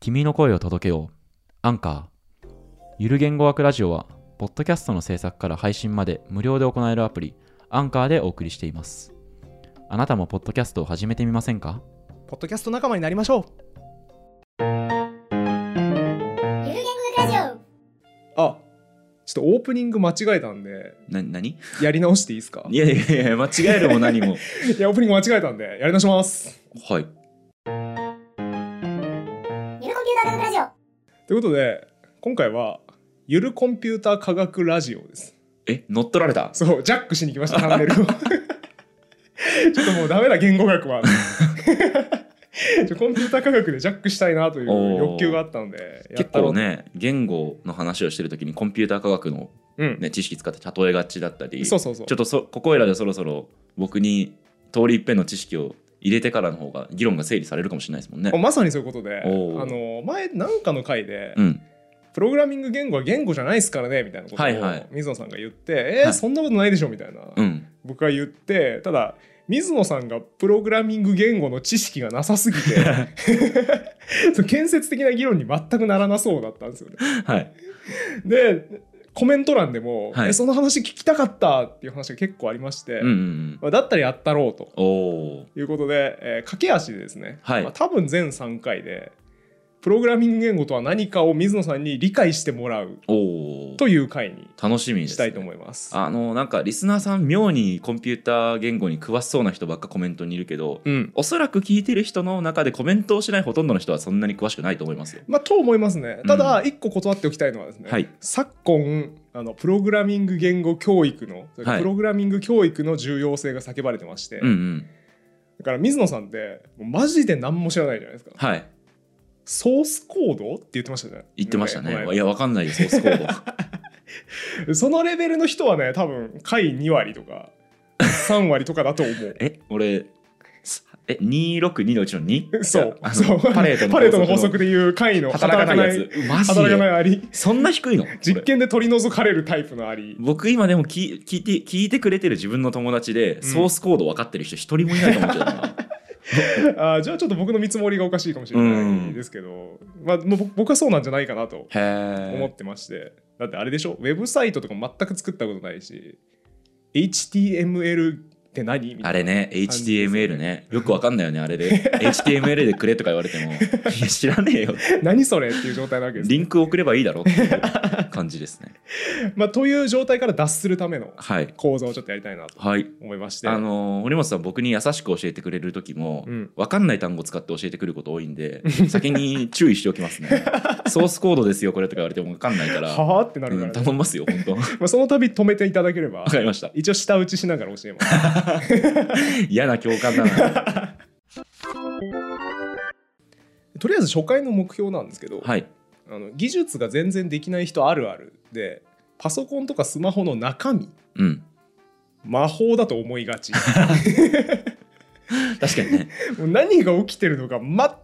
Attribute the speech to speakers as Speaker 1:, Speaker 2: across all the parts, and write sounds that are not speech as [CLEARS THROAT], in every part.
Speaker 1: 君の声を届けよう。アンカー。ゆる言語学ラジオは、ポッドキャストの制作から配信まで無料で行えるアプリ、アンカーでお送りしています。あなたもポッドキャストを始めてみませんか
Speaker 2: ポッドキャスト仲間になりましょう
Speaker 3: ゆる言語ラジ
Speaker 2: あちょっとオープニング間違えたんで
Speaker 4: な何
Speaker 2: やり直していいですか
Speaker 4: いやいやいや間違えるも何も
Speaker 2: [LAUGHS]
Speaker 4: [LAUGHS]
Speaker 2: いやオープニング間違えたんでやり直します
Speaker 4: はい
Speaker 3: オゆるコンピューター学ラジオ
Speaker 2: ということで今回はゆるコンピューター科学ラジオです
Speaker 4: え乗っ取られた
Speaker 2: そうジャックしに来ましたチャンネルを [LAUGHS] ちょっともうダメだ言語学は [LAUGHS] ちょコンピューター科学でジャックしたいなという欲求があったのでや
Speaker 4: 結
Speaker 2: ったろ
Speaker 4: 構
Speaker 2: う
Speaker 4: ね言語の話をしてる時にコンピューター科学の、
Speaker 2: うん、
Speaker 4: ね、知識使って例えがちだったり
Speaker 2: そうそうそう
Speaker 4: ちょっとそここいらでそろそろ僕に通り一遍の知識を入れてからの方が議論が整理されるかもしれないですもんね
Speaker 2: あ。まさにそういうことであ
Speaker 4: おー
Speaker 2: の前なんかの回で、
Speaker 4: うん、
Speaker 2: プログラミング言語は言語じゃないですからねみたいなことを
Speaker 4: はいはい
Speaker 2: 水野さんが言って、えー
Speaker 4: はい
Speaker 2: そんなことないでしょみたいな、
Speaker 4: うん、
Speaker 2: 僕が言ってただ水野さんがプログラミング言語の知識がなさすぎ
Speaker 4: [LAUGHS]
Speaker 2: てそう建設的な議論に全くならなそうだったんですよね。
Speaker 4: はい
Speaker 2: でコメント欄でも、
Speaker 4: はい
Speaker 2: えその話聞きたかったっていう話が結構ありまして、
Speaker 4: うんうんうん
Speaker 2: まあだったらやったろうと
Speaker 4: おお
Speaker 2: いうことで、えー駆け足でですね、
Speaker 4: はい
Speaker 2: まあ多分全3回でプログラミング言語とは何かを水野さんに理解してもらう
Speaker 4: おお
Speaker 2: という回に
Speaker 4: 楽しみです、ね、
Speaker 2: したいと思います。
Speaker 4: あのなんかリスナーさん妙にコンピューター言語に詳しそうな人ばっかコメントにいるけど、
Speaker 2: うん。
Speaker 4: おそらく聞いてる人の中でコメントをしないほとんどの人はそんなに詳しくないと思いますよ。
Speaker 2: まあ、と思いますね。ただ、一個断っておきたいのはですね、
Speaker 4: はい
Speaker 2: 昨今あの、プログラミング言語教育の、
Speaker 4: はい
Speaker 2: プログラミング教育の重要性が叫ばれてまして、
Speaker 4: うんうん。
Speaker 2: だから水野さんって、もうマジで何も知らないじゃないですか。
Speaker 4: はい。
Speaker 2: ソースコードって言ってましたじゃん。
Speaker 4: 言ってましたね。
Speaker 2: この
Speaker 4: い
Speaker 2: 前
Speaker 4: や、わかんないです、ソースコー
Speaker 2: [LAUGHS]
Speaker 4: ド。。
Speaker 2: そのレベルの人はね、多分、回2割とか、3割とかだと思う
Speaker 4: え、俺、すえ、262のうちの 2?
Speaker 2: そう
Speaker 4: あ。の
Speaker 2: そう
Speaker 4: パレートの
Speaker 2: パレートの法則でいう回の
Speaker 4: 働かないやつ。マジ
Speaker 2: 働かない
Speaker 4: で。
Speaker 2: アリ。
Speaker 4: そんな低いの
Speaker 2: 実
Speaker 4: これ
Speaker 2: 験で取り除かれるタイプのアリ。
Speaker 4: 僕今でも聞聞いて聞いてくれてる自分の友達で、
Speaker 2: ん
Speaker 4: ソースコード分かってる人一人もいないと思ってたな
Speaker 2: あーじゃあちょっと僕の見積もりがおかしいかもしれないですけど、まあ、もう僕僕はそうなんじゃないかなと
Speaker 4: へ
Speaker 2: 思っ
Speaker 4: え
Speaker 2: てまして、だってあれでしょウェブサイトとか全く作ったことないし HTML って何みた
Speaker 4: あ
Speaker 2: いな
Speaker 4: れね HTML ねよくわかんないよねあれで HTML でくれとか言われてもいや知らねえよ
Speaker 2: [LAUGHS] 何それっていう状態なわけです、
Speaker 4: リンク送ればいいだろうっていう感じですね。
Speaker 2: まあ、という状態から脱するための
Speaker 4: はい。
Speaker 2: 講座をちょっとやりたいなと
Speaker 4: はい。
Speaker 2: 思いまして
Speaker 4: あのー、堀本さん僕に優しく教えてくれる時も、
Speaker 2: うん
Speaker 4: わかんない単語使って教えてくること多いんで先に注意しておきますね。ソースコードですよこれとか言われてもわかんないから、
Speaker 2: はあってなるか
Speaker 4: う
Speaker 2: ら
Speaker 4: ん、
Speaker 2: ね、
Speaker 4: 頼みますよ本当。わ
Speaker 2: まあ、その度止めていただければ
Speaker 4: かりました。
Speaker 2: 一応舌打ちしながら教えます
Speaker 4: [LAUGHS] 嫌な共感だな。
Speaker 2: とりあえず初回の目標なんですけど、
Speaker 4: はい。
Speaker 2: あの技術が全然できない人あるあるでパソコンとかスマホの中身
Speaker 4: うん。
Speaker 2: 魔法だと思いがち [LAUGHS]
Speaker 4: 確かにね
Speaker 2: もう何が起きてるのか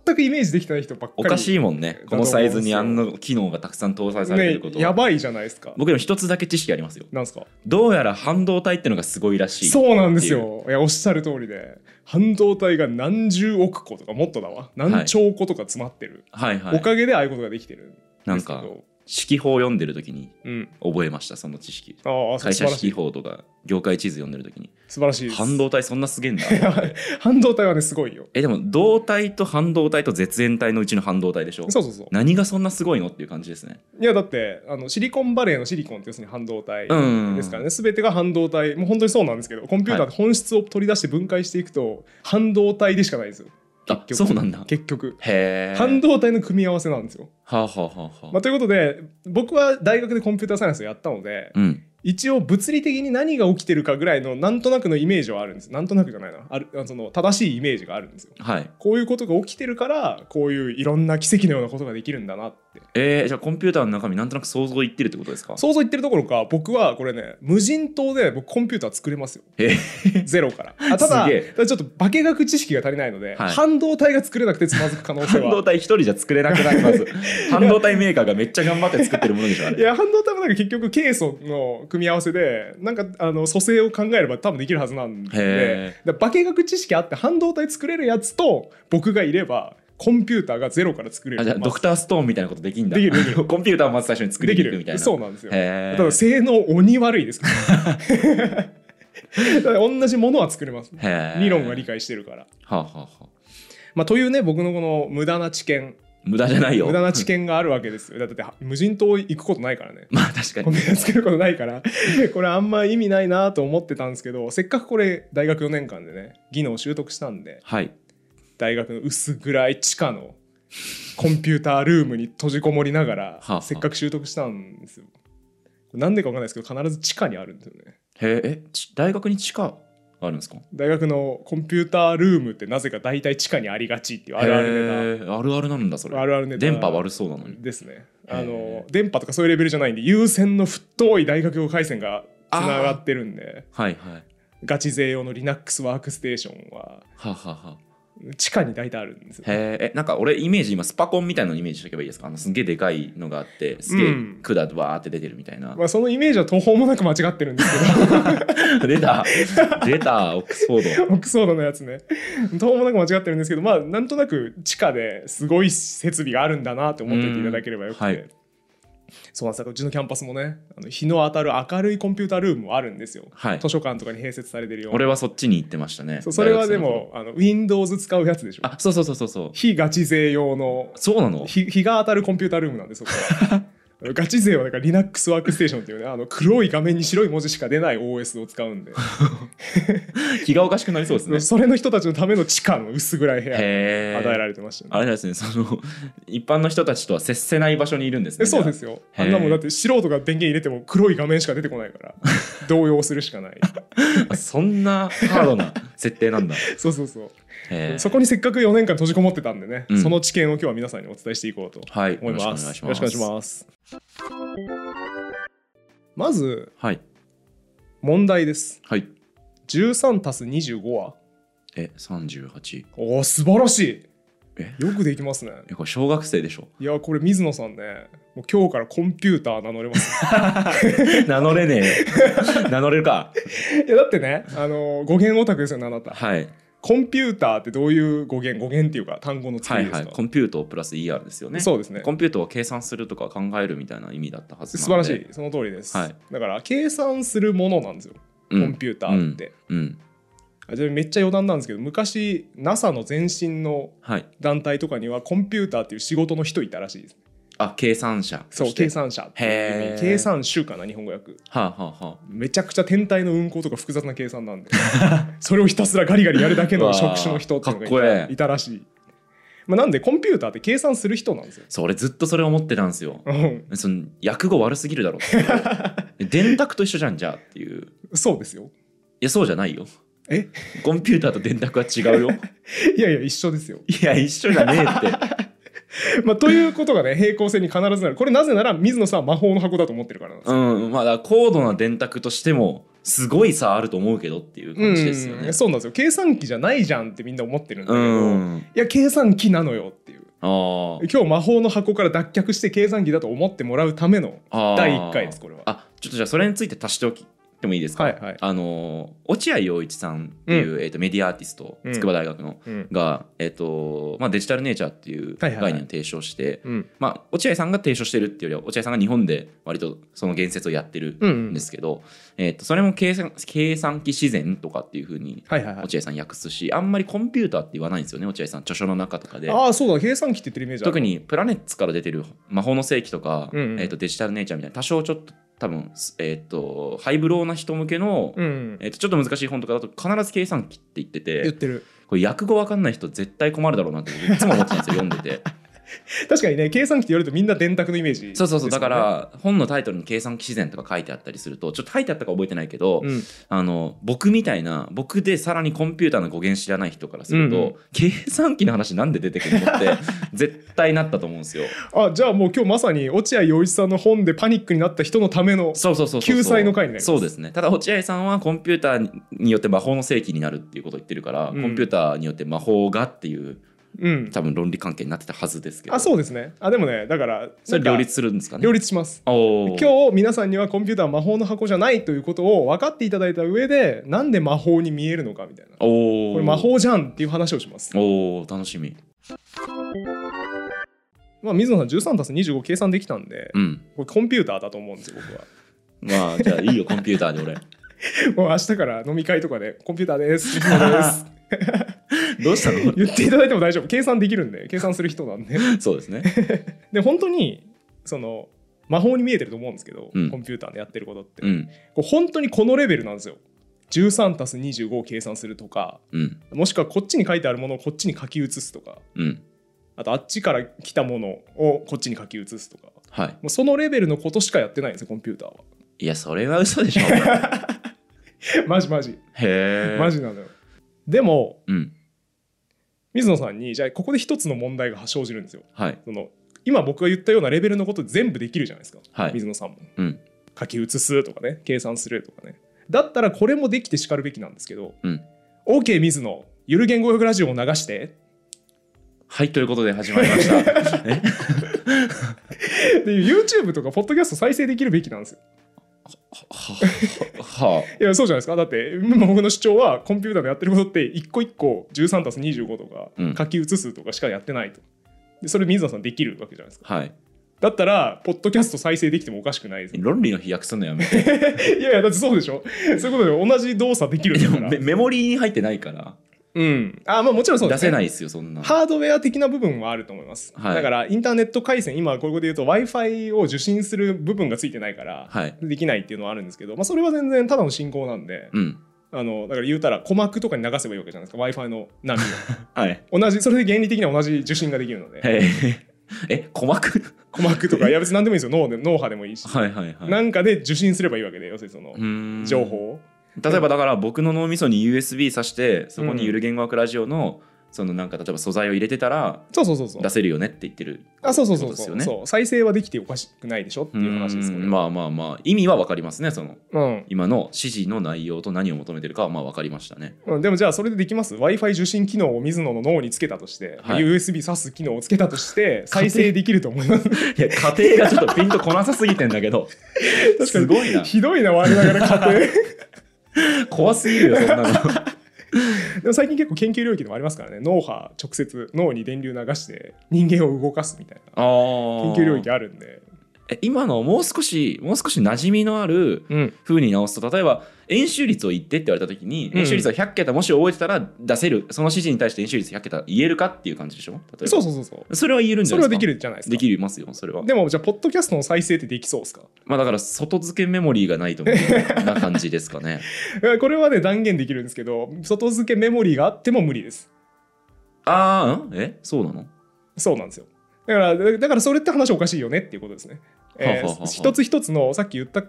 Speaker 2: 全くイメージできてない人ばっかり
Speaker 4: おかしい
Speaker 2: も
Speaker 4: もんねこのサイズにあんな機能がたくさん搭載されてること
Speaker 2: ね、やばいじゃないですか
Speaker 4: 僕でも一つだけ知識ありますよ
Speaker 2: なんですか
Speaker 4: どうやら半導体ってのがすごいらしい
Speaker 2: そうなんですよいやおっしゃる通りで半導体が何十億個とかもっとだわ何兆個とか詰まってる、
Speaker 4: はいはい
Speaker 2: おかげでああいうことができてるん
Speaker 4: な
Speaker 2: で
Speaker 4: ん
Speaker 2: すけど
Speaker 4: か式法を読んでる時に
Speaker 2: うん
Speaker 4: 覚えましたその知識
Speaker 2: ああ素
Speaker 4: 会
Speaker 2: 晴
Speaker 4: 社
Speaker 2: らし
Speaker 4: 式
Speaker 2: い
Speaker 4: 法とか業界地図読んでる時に
Speaker 2: 素晴らしいです
Speaker 4: 半導体そんなすげえんだ [LAUGHS]
Speaker 2: [LAUGHS] 半導体はねすごいよ
Speaker 4: えでも導体と半導体と絶縁体のうちの半導体でしょ
Speaker 2: そうそうそう
Speaker 4: 何がそんなすごいのっていう感じですね
Speaker 2: いやだってあのシリコンバレーのシリコンって要するに半導体
Speaker 4: うん
Speaker 2: ですからね、全てが半導体もう本当にそうなんですけどコンピューターって本質を取り出して分解していくと半導体でしかないんですよ
Speaker 4: あ
Speaker 2: 結局
Speaker 4: そうなんだ
Speaker 2: 結局
Speaker 4: へえ
Speaker 2: 半導体の組み合わせなんですよ、
Speaker 4: はあ、はあはあはあ
Speaker 2: まあ、ということで僕は大学でコンピューターサイエンスをやったので
Speaker 4: うん
Speaker 2: 一応物理的に何が起きてるかぐらいのなんとなくのイメージはあるんですなんとなくじゃないなあるあのその正しいイメージがあるんですよ
Speaker 4: はい
Speaker 2: こういうことが起きてるからこういういろんな奇跡のようなことができるんだなって
Speaker 4: えー、じゃあコンピューターの中身なんとなく想像いってるってことですか
Speaker 2: 想像言ってるどころか僕はこれね無人島で僕コンピューター作れますよ
Speaker 4: え
Speaker 2: ゼロからあただ
Speaker 4: すげえ
Speaker 2: ただちょっと化学知識が足りないので、
Speaker 4: はい
Speaker 2: 半導体が作れなくてつまずく可能性
Speaker 4: 半導
Speaker 2: は
Speaker 4: 体一人じゃ作れなくなり
Speaker 2: [LAUGHS]
Speaker 4: ます半導体メーカーがめっちゃ頑張って作ってるものでしょあ
Speaker 2: い
Speaker 4: れ
Speaker 2: や半導体もなんか結局ケイ素の組み合わせでなんかあの組成を考えれば多分できるはずなんで
Speaker 4: へ
Speaker 2: だから化学知識あって半導体作れるやつと僕がいればコンピューターがゼロから作れる
Speaker 4: あじゃあドクターストーンみたいなことできんだ
Speaker 2: できるできる
Speaker 4: コンピューターをまず最初に作り
Speaker 2: で
Speaker 4: に
Speaker 2: き
Speaker 4: 行くみたい
Speaker 2: る
Speaker 4: な
Speaker 2: そうなんですよ
Speaker 4: へ
Speaker 2: ただ
Speaker 4: ー
Speaker 2: 性能鬼悪
Speaker 4: [LAUGHS]
Speaker 2: いですからだから同じものは作れます
Speaker 4: へー
Speaker 2: 理論は理解してるから、
Speaker 4: はあはあはあ
Speaker 2: まあ、というね僕のこの無駄な知見
Speaker 4: 無駄じゃないよ
Speaker 2: 無駄な知見があるわけですよだって無人島行くことないからね
Speaker 4: [LAUGHS] まあ確か
Speaker 2: コン
Speaker 4: に
Speaker 2: ピューター作ることないからこれあんま意味ないなと思ってたんですけどせっかくこれ大学4年間でね技能を習得したんで
Speaker 4: はい
Speaker 2: 大学の薄暗い地下のコンピュータールームに閉じこもりながら
Speaker 4: はあ
Speaker 2: せっかく習得したんですよなんでかわかんないですけど必ず地下にあるんですよね
Speaker 4: へーえち大学に地下あるんですか
Speaker 2: 大学のコンピュータールームってなぜか大体地下にありがちっていうあるある
Speaker 4: へーあるあるなんだそ
Speaker 2: ネ
Speaker 4: れ
Speaker 2: タあるあるネタ
Speaker 4: 電波悪そうなのに
Speaker 2: ですね
Speaker 4: へー
Speaker 2: あの電波とかそういうレベルじゃないんで優先の太い大学用回線がつながってるんで
Speaker 4: はいはいは
Speaker 2: ガチ勢用の Linux ワークステーションは
Speaker 4: あ、はあはあ、
Speaker 2: 地下に大体あるんですよ
Speaker 4: へーえなんか俺イメージ今スパコンみたいなのイメージしとけばいいですかあのすんげえでかいのがあってすげえ
Speaker 2: うん
Speaker 4: 管でわーって出てるみたいな、
Speaker 2: まあそのイメージは途方もなく間違ってるんですけ
Speaker 4: [LAUGHS]
Speaker 2: ど
Speaker 4: 出
Speaker 2: [LAUGHS]
Speaker 4: た出たオックスフォード
Speaker 2: オックスフォードのやつね。ともなく間違ってるんですけど、まあ、なんとなく地下ですごい設備があるんだなって思っておいていただければよくて。
Speaker 4: うんはい
Speaker 2: そうなんですようちのキャンパスもねあの日の当たる明るいコンピュータールームもあるんですよ、
Speaker 4: はい
Speaker 2: 図書館とかに併設されてるような
Speaker 4: 俺はそっちに行ってましたね
Speaker 2: そうそれは
Speaker 4: 大
Speaker 2: で
Speaker 4: 学生の頃
Speaker 2: もあの Windows 使うやつでしょ
Speaker 4: あそうそうそうそうそう
Speaker 2: 非ガチ勢用の
Speaker 4: そうなの
Speaker 2: 日日が当たるコンピュータールームなんでそこ
Speaker 4: [LAUGHS]
Speaker 2: はガチ勢はだから Linux ワークステーションっていうねあの黒い画面に白い文字しか出ない OS を使うんで
Speaker 4: 気がおかしくなりそうですね
Speaker 2: それの人たちのための地下の薄暗い部屋
Speaker 4: へー
Speaker 2: 与えられてましたね
Speaker 4: あれですねその一般の人たちとは接せない場所にいるんです
Speaker 2: え
Speaker 4: ね
Speaker 2: そうですすよ。
Speaker 4: へー
Speaker 2: あんなもんだって素人が電源入れても黒い画面しか出てこな
Speaker 4: [LAUGHS]
Speaker 2: いから動揺するしかない。
Speaker 4: あそんなハードな設定なんだ
Speaker 2: そうそうそう。
Speaker 4: へー
Speaker 2: [LAUGHS] そこにせっかく4年間閉じこもってたんでね、
Speaker 4: うん
Speaker 2: その知見を今日は皆さんにお伝えしていこうと
Speaker 4: はい
Speaker 2: 思います。
Speaker 4: よろしくお願いします
Speaker 2: す。まず
Speaker 4: はい
Speaker 2: 問題です。
Speaker 4: はい
Speaker 2: 13足す25は
Speaker 4: え38
Speaker 2: おお素晴らし
Speaker 4: え
Speaker 2: い。よくできますね。
Speaker 4: えこれ小学生でしょ
Speaker 2: いやこれ水野さんね、もう今日からコンピューター名乗れます。
Speaker 4: [LAUGHS] 名乗れねえ
Speaker 2: [LAUGHS]
Speaker 4: よ名乗れるか
Speaker 2: いやだってね、あの語源オタクですよねあなた。
Speaker 4: はい
Speaker 2: コンピューターってどういう語源語源っていうか単語の作
Speaker 4: は
Speaker 2: り
Speaker 4: い
Speaker 2: ですか、
Speaker 4: はいコンピュートプラス ER ですよね
Speaker 2: そうですね
Speaker 4: コンピュートを計算するとか考えるみたいな意味だったはず
Speaker 2: 素
Speaker 4: なの
Speaker 2: 晴ら
Speaker 4: で
Speaker 2: しいその通りです、
Speaker 4: はい
Speaker 2: だから計算するものなんですよ、
Speaker 4: うん
Speaker 2: コンピューターって、
Speaker 4: うん
Speaker 2: あじゃあめっちゃ余談なんですけど昔 NASA の前身の
Speaker 4: はい
Speaker 2: 団体とかにはコンピューターっていう仕事の人いたらしいです
Speaker 4: あ計算者と
Speaker 2: そう
Speaker 4: して
Speaker 2: 計算者っていう意
Speaker 4: へー
Speaker 2: 味計算集かな日本語訳
Speaker 4: はあ、はあはあ、
Speaker 2: めちゃくちゃ天体の運行とか複雑な計算なんで [LAUGHS] それをひたすらガリガリやるだけの職種の人っていうの
Speaker 4: うわーかっ
Speaker 2: が
Speaker 4: こ
Speaker 2: いた
Speaker 4: ええ
Speaker 2: いたらしい、まあ、なんでコンピューターって計算する人なんですよ
Speaker 4: それずっとそれ思ってたんですよ
Speaker 2: うん
Speaker 4: その訳語悪すぎるだろ
Speaker 2: [LAUGHS]
Speaker 4: う電卓と一緒じゃんじゃあっていうい
Speaker 2: そうですよ。
Speaker 4: やそうじゃないよ
Speaker 2: え
Speaker 4: コンピューターと電卓は違
Speaker 2: [LAUGHS]
Speaker 4: うよ
Speaker 2: いやいや、一緒ですよ。
Speaker 4: いや一緒じゃねえ
Speaker 2: [LAUGHS]
Speaker 4: って
Speaker 2: まあ、ということがね、平行線に必ずなる。これなぜなら、水野さんは魔法の箱だと思ってるからなんですよ。
Speaker 4: うんまあだから高度な電卓としてもすごい差あると思うけどっていう感じですよね
Speaker 2: うんそうなんですよ。計算機じゃないじゃんってみんな思ってるんだけど、
Speaker 4: うん
Speaker 2: いや、計算機なのよっていう。
Speaker 4: あー
Speaker 2: 今日魔法の箱から脱却して計算機だと思ってもらうための
Speaker 4: あー
Speaker 2: 第1回です、これは。
Speaker 4: あちょっとじゃあそれについて足しておきてもいいですか、
Speaker 2: はいはい
Speaker 4: あのー落合陽一さんっていう、えー、とメディアアーティスト
Speaker 2: うん
Speaker 4: 筑波大学の、
Speaker 2: うん。
Speaker 4: が、えーとまあ、デジタルネイチャーっていう
Speaker 2: は
Speaker 4: 概
Speaker 2: いはいはい
Speaker 4: 念を提唱して、
Speaker 2: うん。
Speaker 4: まあ、落合さんが提唱してるっていうよりは落合さんが日本で割とその言説をやってる
Speaker 2: うんうん
Speaker 4: んですけど、えー、とそれも計算計算機自然とかっていうふうに
Speaker 2: はいはいはい。
Speaker 4: 落合さん訳すしあんまりコンピューターって言わないんですよね落合さん著書の中とかで。
Speaker 2: ああ、そうだ、計算機って言ってるイメージある
Speaker 4: 特にプラネッツから出てる「魔法の世紀」とか、
Speaker 2: うんうん
Speaker 4: えー、とデジタルネイチャーみたいな多少ちょっと多分、えー、とハイブローな人向けの、
Speaker 2: うん。
Speaker 4: えー、とちょっと難しい本とかだと必ず計算機って言って
Speaker 2: 言っててる。
Speaker 4: これ訳語わかんない人絶対困るだろうなって僕いつも思ってたんですよ読んで
Speaker 2: [LAUGHS]
Speaker 4: て。
Speaker 2: 確かにね、計算機って言われるとみんな電卓のイメージ、
Speaker 4: そうそうそう、だか、ら本のタイトルに「計算機自然」とか書いてあったりするとちょっと書いてあったか覚えてないけど、
Speaker 2: うん。
Speaker 4: あの僕みたいな僕でさらにコンピューターの語源知らない人からすると、
Speaker 2: うんうん
Speaker 4: 計算機の話なんで出てくるのって絶対なったと思うんですよ。
Speaker 2: あ、じゃあもう今日まさに落合陽一さんの本でパニックになった人のための
Speaker 4: そうそうそうそう
Speaker 2: 救済の回になります
Speaker 4: そうですねただ落合さんはコンピューターによって魔法の世紀になるっていうことを言ってるから、
Speaker 2: うん
Speaker 4: コンピューターによって魔法がっていう
Speaker 2: うん、
Speaker 4: 多分論理関係になってたはずですけど
Speaker 2: あそうですねあでもねだから
Speaker 4: それ
Speaker 2: なん
Speaker 4: 両
Speaker 2: か
Speaker 4: 立するんですかね
Speaker 2: 両立します
Speaker 4: おー
Speaker 2: 今日皆さんにはコンピューターは魔法の箱じゃないということを分かっていただいた上でなんで魔法に見えるのかみたいなこ
Speaker 4: おー
Speaker 2: れ魔法じゃんっていう話をします
Speaker 4: おー楽しみ
Speaker 2: まあ、水野さん13たす25計算できたんで、
Speaker 4: うん。
Speaker 2: これコンピューターだと思うんですよ、僕は。 [LAUGHS]
Speaker 4: まあ、じゃあいいよ、コンピューターで俺。
Speaker 2: もう明日から飲み会とかで、コンピューターです、水野です。
Speaker 4: [LAUGHS] どうしたの
Speaker 2: 言っていただいても大丈夫。計算できるんで、計算する人なん
Speaker 4: [LAUGHS]
Speaker 2: で。
Speaker 4: そうですね。
Speaker 2: で、本当に、その、魔法に見えてると思うんですけど、
Speaker 4: うん
Speaker 2: コンピューターでやってることって。
Speaker 4: うん。
Speaker 2: こう本当にこのレベルなんですよ。13たす25を計算するとか、
Speaker 4: うん。
Speaker 2: もしくはこっちに書いてあるものをこっちに書き写すとか、
Speaker 4: うん。
Speaker 2: あとあっちから来たものをこっちに書き写すとか、も
Speaker 4: はい。
Speaker 2: うそのレベルのことしかやってないんですよ、コンピューターは。 [LAUGHS]
Speaker 4: いや、それは嘘でしょ。へ
Speaker 2: マジマジ、
Speaker 4: え。
Speaker 2: マジなのよ。でも、
Speaker 4: うん。
Speaker 2: 水野さんに、じゃあここで一つの問題が生じるんですよ。
Speaker 4: はい。
Speaker 2: その今僕が言ったようなレベルのこと全部できるじゃないですか、
Speaker 4: はい
Speaker 2: 水野さんも。
Speaker 4: うん。
Speaker 2: 書き写すとかね、計算するとかね。だったらこれもできてしかるべきなんですけど、
Speaker 4: うん。
Speaker 2: OK 水野、ゆる言語学ラジオを流して
Speaker 4: はい、ということで始まりま
Speaker 2: [LAUGHS]
Speaker 4: した。え
Speaker 2: で YouTube とかポッドキャスト再生できるべきなんですよ。
Speaker 4: は、は、
Speaker 2: いやそうじゃないですかだって今僕の主張はコンピューターでやってることって一個一個13たす25とか
Speaker 4: うん
Speaker 2: 書き写すとかしかやってないと。でそれ水野さんできるわけじゃないですか。
Speaker 4: はい。
Speaker 2: だったらポッドキャスト再生できてもおかしくないですよ。
Speaker 4: 論理の飛躍すんのやめて。
Speaker 2: いやいやだってそうでしょ。そういうことで同じ動作できる
Speaker 4: [LAUGHS]
Speaker 2: ん
Speaker 4: で
Speaker 2: だ
Speaker 4: [LAUGHS]
Speaker 2: か
Speaker 4: も
Speaker 2: ら
Speaker 4: メ。メモリーに入ってないから、
Speaker 2: うん。あまあもちろんそうで
Speaker 4: 出
Speaker 2: す、ね。
Speaker 4: せないですよ、そんな。
Speaker 2: ハードウェア的な部分はあると思います。
Speaker 4: はい
Speaker 2: だからインターネット回線、今ここで言うと Wi-Fi を受信する部分がついてないから、
Speaker 4: はい。
Speaker 2: できないっていうのはあるんですけど、まあ、それは全然ただの進行なんで、
Speaker 4: うん。
Speaker 2: あのだから言うたら鼓膜とかに流せばいいわけじゃないですか w i f i の波
Speaker 4: [LAUGHS] はい。
Speaker 2: を同じそれで原理的には同じ受信ができるので
Speaker 4: へえ。 [LAUGHS] え、鼓膜
Speaker 2: 鼓膜とかいや別に何でもいいんですよ脳で脳波でもいいし、
Speaker 4: はいはいはい。
Speaker 2: なんかで受信すればいいわけで要するにその
Speaker 4: うーん
Speaker 2: 情報を
Speaker 4: 例えばだから僕の脳みそに USB 挿してそこ
Speaker 2: うん
Speaker 4: にゆる言語学ラジオのそのなんか例えば素材を入れてたら
Speaker 2: そうそうそうそう
Speaker 4: 出せるよねって言ってる
Speaker 2: あそうそうそ
Speaker 4: ってことで
Speaker 2: う
Speaker 4: す
Speaker 2: そう,、
Speaker 4: よね
Speaker 2: そう再生はできておかしくないでしょっていう話ですけど
Speaker 4: うーんまあまあまあ意味は分かりますねその
Speaker 2: うん
Speaker 4: 今の指示の内容と何を求めてるかはまあ分かりましたね
Speaker 2: うん、でもじゃあそれでできます w i f i 受信機能を水野の脳につけたとして、
Speaker 4: はい
Speaker 2: USB 挿す機能をつけたとして再生できると思
Speaker 4: [LAUGHS]
Speaker 2: います
Speaker 4: いや家庭がちょっとピンとこなさすぎてんだけど [LAUGHS] すごいな
Speaker 2: ひどいな我ながら家庭 [LAUGHS]
Speaker 4: 怖すぎるよそんなの
Speaker 2: でも最近結構研究領域でもありますからね脳波直接脳に電流流して人間を動かすみたいな研
Speaker 4: 研
Speaker 2: 究領域あるんで、
Speaker 4: 今のもう少しもう少し馴染みのある
Speaker 2: うん、
Speaker 4: 風に直すと例えば円周率を言ってって言われた時に
Speaker 2: うん
Speaker 4: 円周率を100桁もし覚えてたら出せるその指示に対して円周率100桁言えるかっていう感じでしょ例えば
Speaker 2: そうそうそうそう
Speaker 4: それは言えるんじ
Speaker 2: そ
Speaker 4: ゃな
Speaker 2: れはい
Speaker 4: でか
Speaker 2: ですきるじゃないですか
Speaker 4: できますよそれは
Speaker 2: でもじゃあポッドキャストの再生ってできそうですか
Speaker 4: まあだから外付けメモリーがないと思う
Speaker 2: [LAUGHS]
Speaker 4: な感じですかね
Speaker 2: えこれはね断言できるんですけど外付けメモリーがあっても無理です
Speaker 4: ああんえそうなの
Speaker 2: そうなんですよだからだからそれって話おかしいよねっていうことですね、えー
Speaker 4: はあはあはあ
Speaker 2: 一つ一つのさっき言った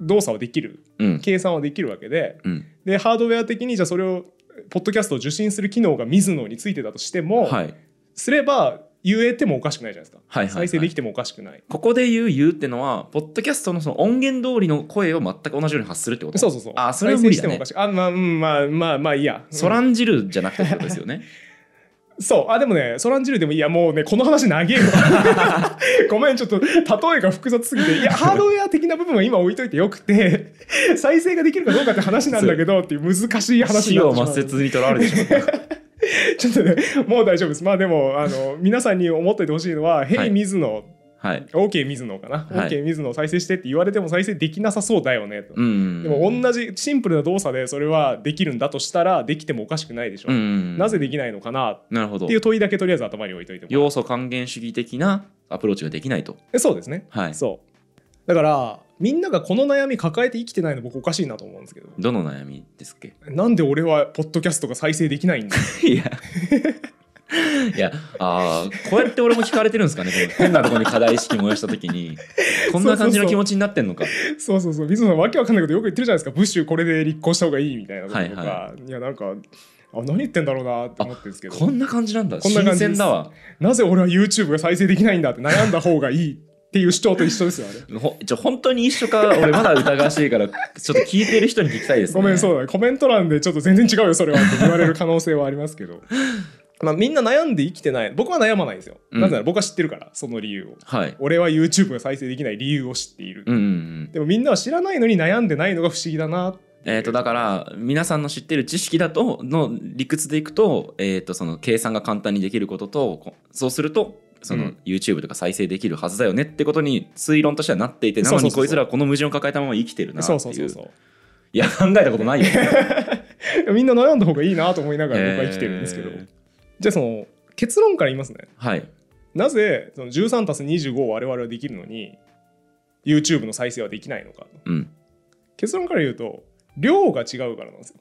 Speaker 2: 動作はできる
Speaker 4: うん
Speaker 2: 計算はできるわけで
Speaker 4: うん
Speaker 2: でハードウェア的にじゃあそれをポッドキャストを受信する機能が水野についてたとしても、
Speaker 4: はいはい
Speaker 2: すれば言えてもおかしくないじゃないですか、
Speaker 4: はい、はい、
Speaker 2: 再生できてもおかしくない、
Speaker 4: ここで言う言うってのはポッドキャストのその音源通りの声を全く同じように発するってこと
Speaker 2: そうそうそう
Speaker 4: あそれは無理だ
Speaker 2: 再生してもお
Speaker 4: ね
Speaker 2: かしいあまあうんまあまあまあいいや
Speaker 4: そら
Speaker 2: うん
Speaker 4: ん汁じゃなくてってことですよね
Speaker 2: そうあでもねそらん汁でもいいやもうねこの話長えよ
Speaker 4: [LAUGHS]
Speaker 2: ごめんちょっと例えが複雑すぎていやハードウェア的な部分は今置いといてよくて再生ができるかどうかって話なんだけどっていう難しい話に
Speaker 4: 死
Speaker 2: なっ
Speaker 4: を
Speaker 2: てしま
Speaker 4: 抹
Speaker 2: う
Speaker 4: 殺にとらわれてしまった
Speaker 2: ちょっとねもう大丈夫ですまあでもあの皆さんに思っておいてほしいのは「ヘイ水野
Speaker 4: はい。
Speaker 2: OK 水野かな、
Speaker 4: はい
Speaker 2: OK 水野再生して」って言われても再生できなさそうだよねと。
Speaker 4: うん。
Speaker 2: でも同じシンプルな動作でそれはできるんだとしたらできてもおかしくないでしょ、
Speaker 4: うん。
Speaker 2: なぜできないのかなっ
Speaker 4: なるほど
Speaker 2: てい。う問いだけとりあえず頭に置いといてもらう
Speaker 4: 要素還元主義的なアプローチができないと。
Speaker 2: えそうですね、
Speaker 4: はい。
Speaker 2: そうだからみんながこの悩み抱えて生きてないの僕おかしいなと思うんですけど
Speaker 4: どの悩みですっけ
Speaker 2: なんで俺はポッドキャストが再生できない
Speaker 4: [LAUGHS]
Speaker 2: んだ
Speaker 4: いや。いや、ああ、こうやって俺も聞かれてるんですかね。この変なとこに課題意識燃やしたときに、こんな感じの気持ちになってんのか。
Speaker 2: そうそうそう水野さんわけわかんないことよく言ってるじゃないですかブッシュこれで立候補した方がいいみたいなこととか、
Speaker 4: はいいは
Speaker 2: やなんかあ何言ってんだろうなって思ってるんですけど
Speaker 4: こんな感じなんだ。
Speaker 2: こんな感じで
Speaker 4: 新
Speaker 2: す
Speaker 4: 鮮だわ。
Speaker 2: なぜ俺は YouTube が再生できないんだって悩んだ方がいいっていう主張と一緒ですよね
Speaker 4: ほちょ本当に一緒か、俺まだ疑わしいから、ちょっと聞いてる人に聞きたいですね。
Speaker 2: ごめん、そうだね。コメント欄でちょっと全然違うよ、それはって言われる可能性はありますけど。まあ、みんな悩んで生きてない。僕は悩まないんですよ。
Speaker 4: うん
Speaker 2: なぜなら僕は知ってるから、その理由を。
Speaker 4: はい。
Speaker 2: 俺は YouTube が再生できない理由を知っている。
Speaker 4: うんうんうん。
Speaker 2: でもみんなは知らないのに悩んでないのが不思議だなっ
Speaker 4: えっ、と、だから、皆さんの知ってる知識だと、の理屈でいくと、えっ、と、その計算が簡単にできることと、こそうすると、そうの
Speaker 2: ん
Speaker 4: YouTube とか再生できるはずだよねってことに推論としてはなっていて、な
Speaker 2: そう
Speaker 4: の
Speaker 2: そう
Speaker 4: に
Speaker 2: そうそう
Speaker 4: こいつらはこの矛盾を抱えたまま生きてるなってい。
Speaker 2: そううそうそうそう
Speaker 4: いや、考えたことない
Speaker 2: [LAUGHS]
Speaker 4: よ。
Speaker 2: みんな悩んだ方がいいなと思いながら僕は生きてるんですけど、
Speaker 4: えー
Speaker 2: じゃあその結論から言いますね
Speaker 4: はい。
Speaker 2: なぜその13たす25を我々はできるのに YouTube の再生はできないのか
Speaker 4: うん。
Speaker 2: 結論から言うと量が違うからなんですよ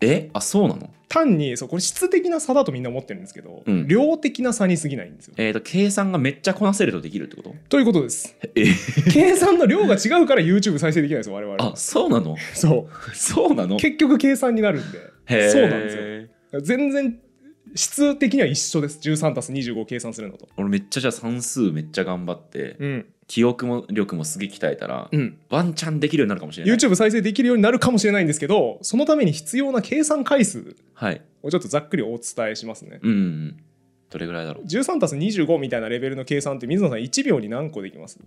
Speaker 4: えあ、そうなの
Speaker 2: 単にそうこれ質的な差だとみんな思ってるんですけど、
Speaker 4: うん
Speaker 2: 量的な差に過ぎないんですよ
Speaker 4: えっ、と、計算がめっちゃこなせるとできるってこと
Speaker 2: ということです
Speaker 4: え
Speaker 2: 計算の量が違うから YouTube 再生できないんですよ我々
Speaker 4: あ、そうな
Speaker 2: [LAUGHS]
Speaker 4: の
Speaker 2: そ
Speaker 4: そうなの
Speaker 2: う [LAUGHS] 結局計算になるんで
Speaker 4: へー
Speaker 2: そうなんですよ全然質的には一緒です13たす25を計算するのと
Speaker 4: 俺めっちゃじゃあ算数めっちゃ頑張って、
Speaker 2: うん
Speaker 4: 記憶も力もすげえ鍛えたら、
Speaker 2: うん
Speaker 4: ワンチャンできるようになるかもしれない。
Speaker 2: YouTube 再生できるようになるかもしれないんですけどそのために必要な計算回数
Speaker 4: はい。
Speaker 2: をちょっとざっくりお伝えしますね
Speaker 4: うんうんうん。どれぐらいだろう。
Speaker 2: 13たす25みたいなレベルの計算って水野さん1秒に何個できます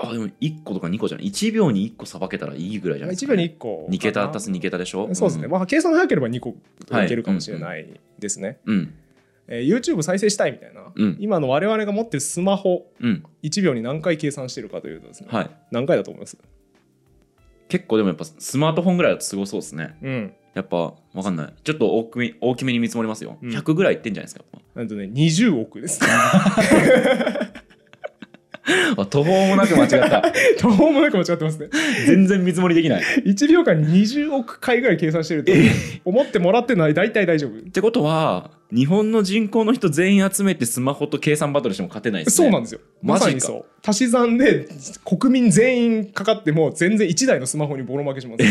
Speaker 4: あ、でも1個とか2個じゃない。1秒に1個さばけたらいいぐらいじゃないです
Speaker 2: ?1
Speaker 4: か、
Speaker 2: 秒に
Speaker 4: ね。
Speaker 2: 1個
Speaker 4: 2桁足す2桁でしょ
Speaker 2: そうですね、
Speaker 4: ん
Speaker 2: まあ、計算早ければ2個いけるかもしれないですね、
Speaker 4: うん。
Speaker 2: えー YouTube 再生したいみたいな、
Speaker 4: うん
Speaker 2: 今の我々が持ってるスマホ
Speaker 4: うん。
Speaker 2: 1秒に何回計算してるかというとですね、
Speaker 4: はい。
Speaker 2: 何回だと思います
Speaker 4: 結構でもやっぱスマートフォンぐらいだとすごそうですね。
Speaker 2: うん
Speaker 4: やっぱわかんない。ちょっと大きめ大きめに見積もりますよ。
Speaker 2: うん
Speaker 4: 100ぐらいいってんじゃないですか。やっ
Speaker 2: なんとね20億です [LAUGHS]
Speaker 4: ぱあ途方もなく間違った。
Speaker 2: どうもなく間違ってますね
Speaker 4: [LAUGHS] 全然見積もりできない。っ
Speaker 2: 1秒間に20億回ぐらい計算してると思ってもらってない大体大丈夫
Speaker 4: てことは、日本の人口の人全員集めてスマホと計算バトルしても勝てないです
Speaker 2: そ
Speaker 4: ね。
Speaker 2: うなん
Speaker 4: で
Speaker 2: ですよ。ま
Speaker 4: マジか
Speaker 2: さにそう。足し算で国民全員かかっても全然1台のスマホにボロ負け
Speaker 4: [LAUGHS]
Speaker 2: します。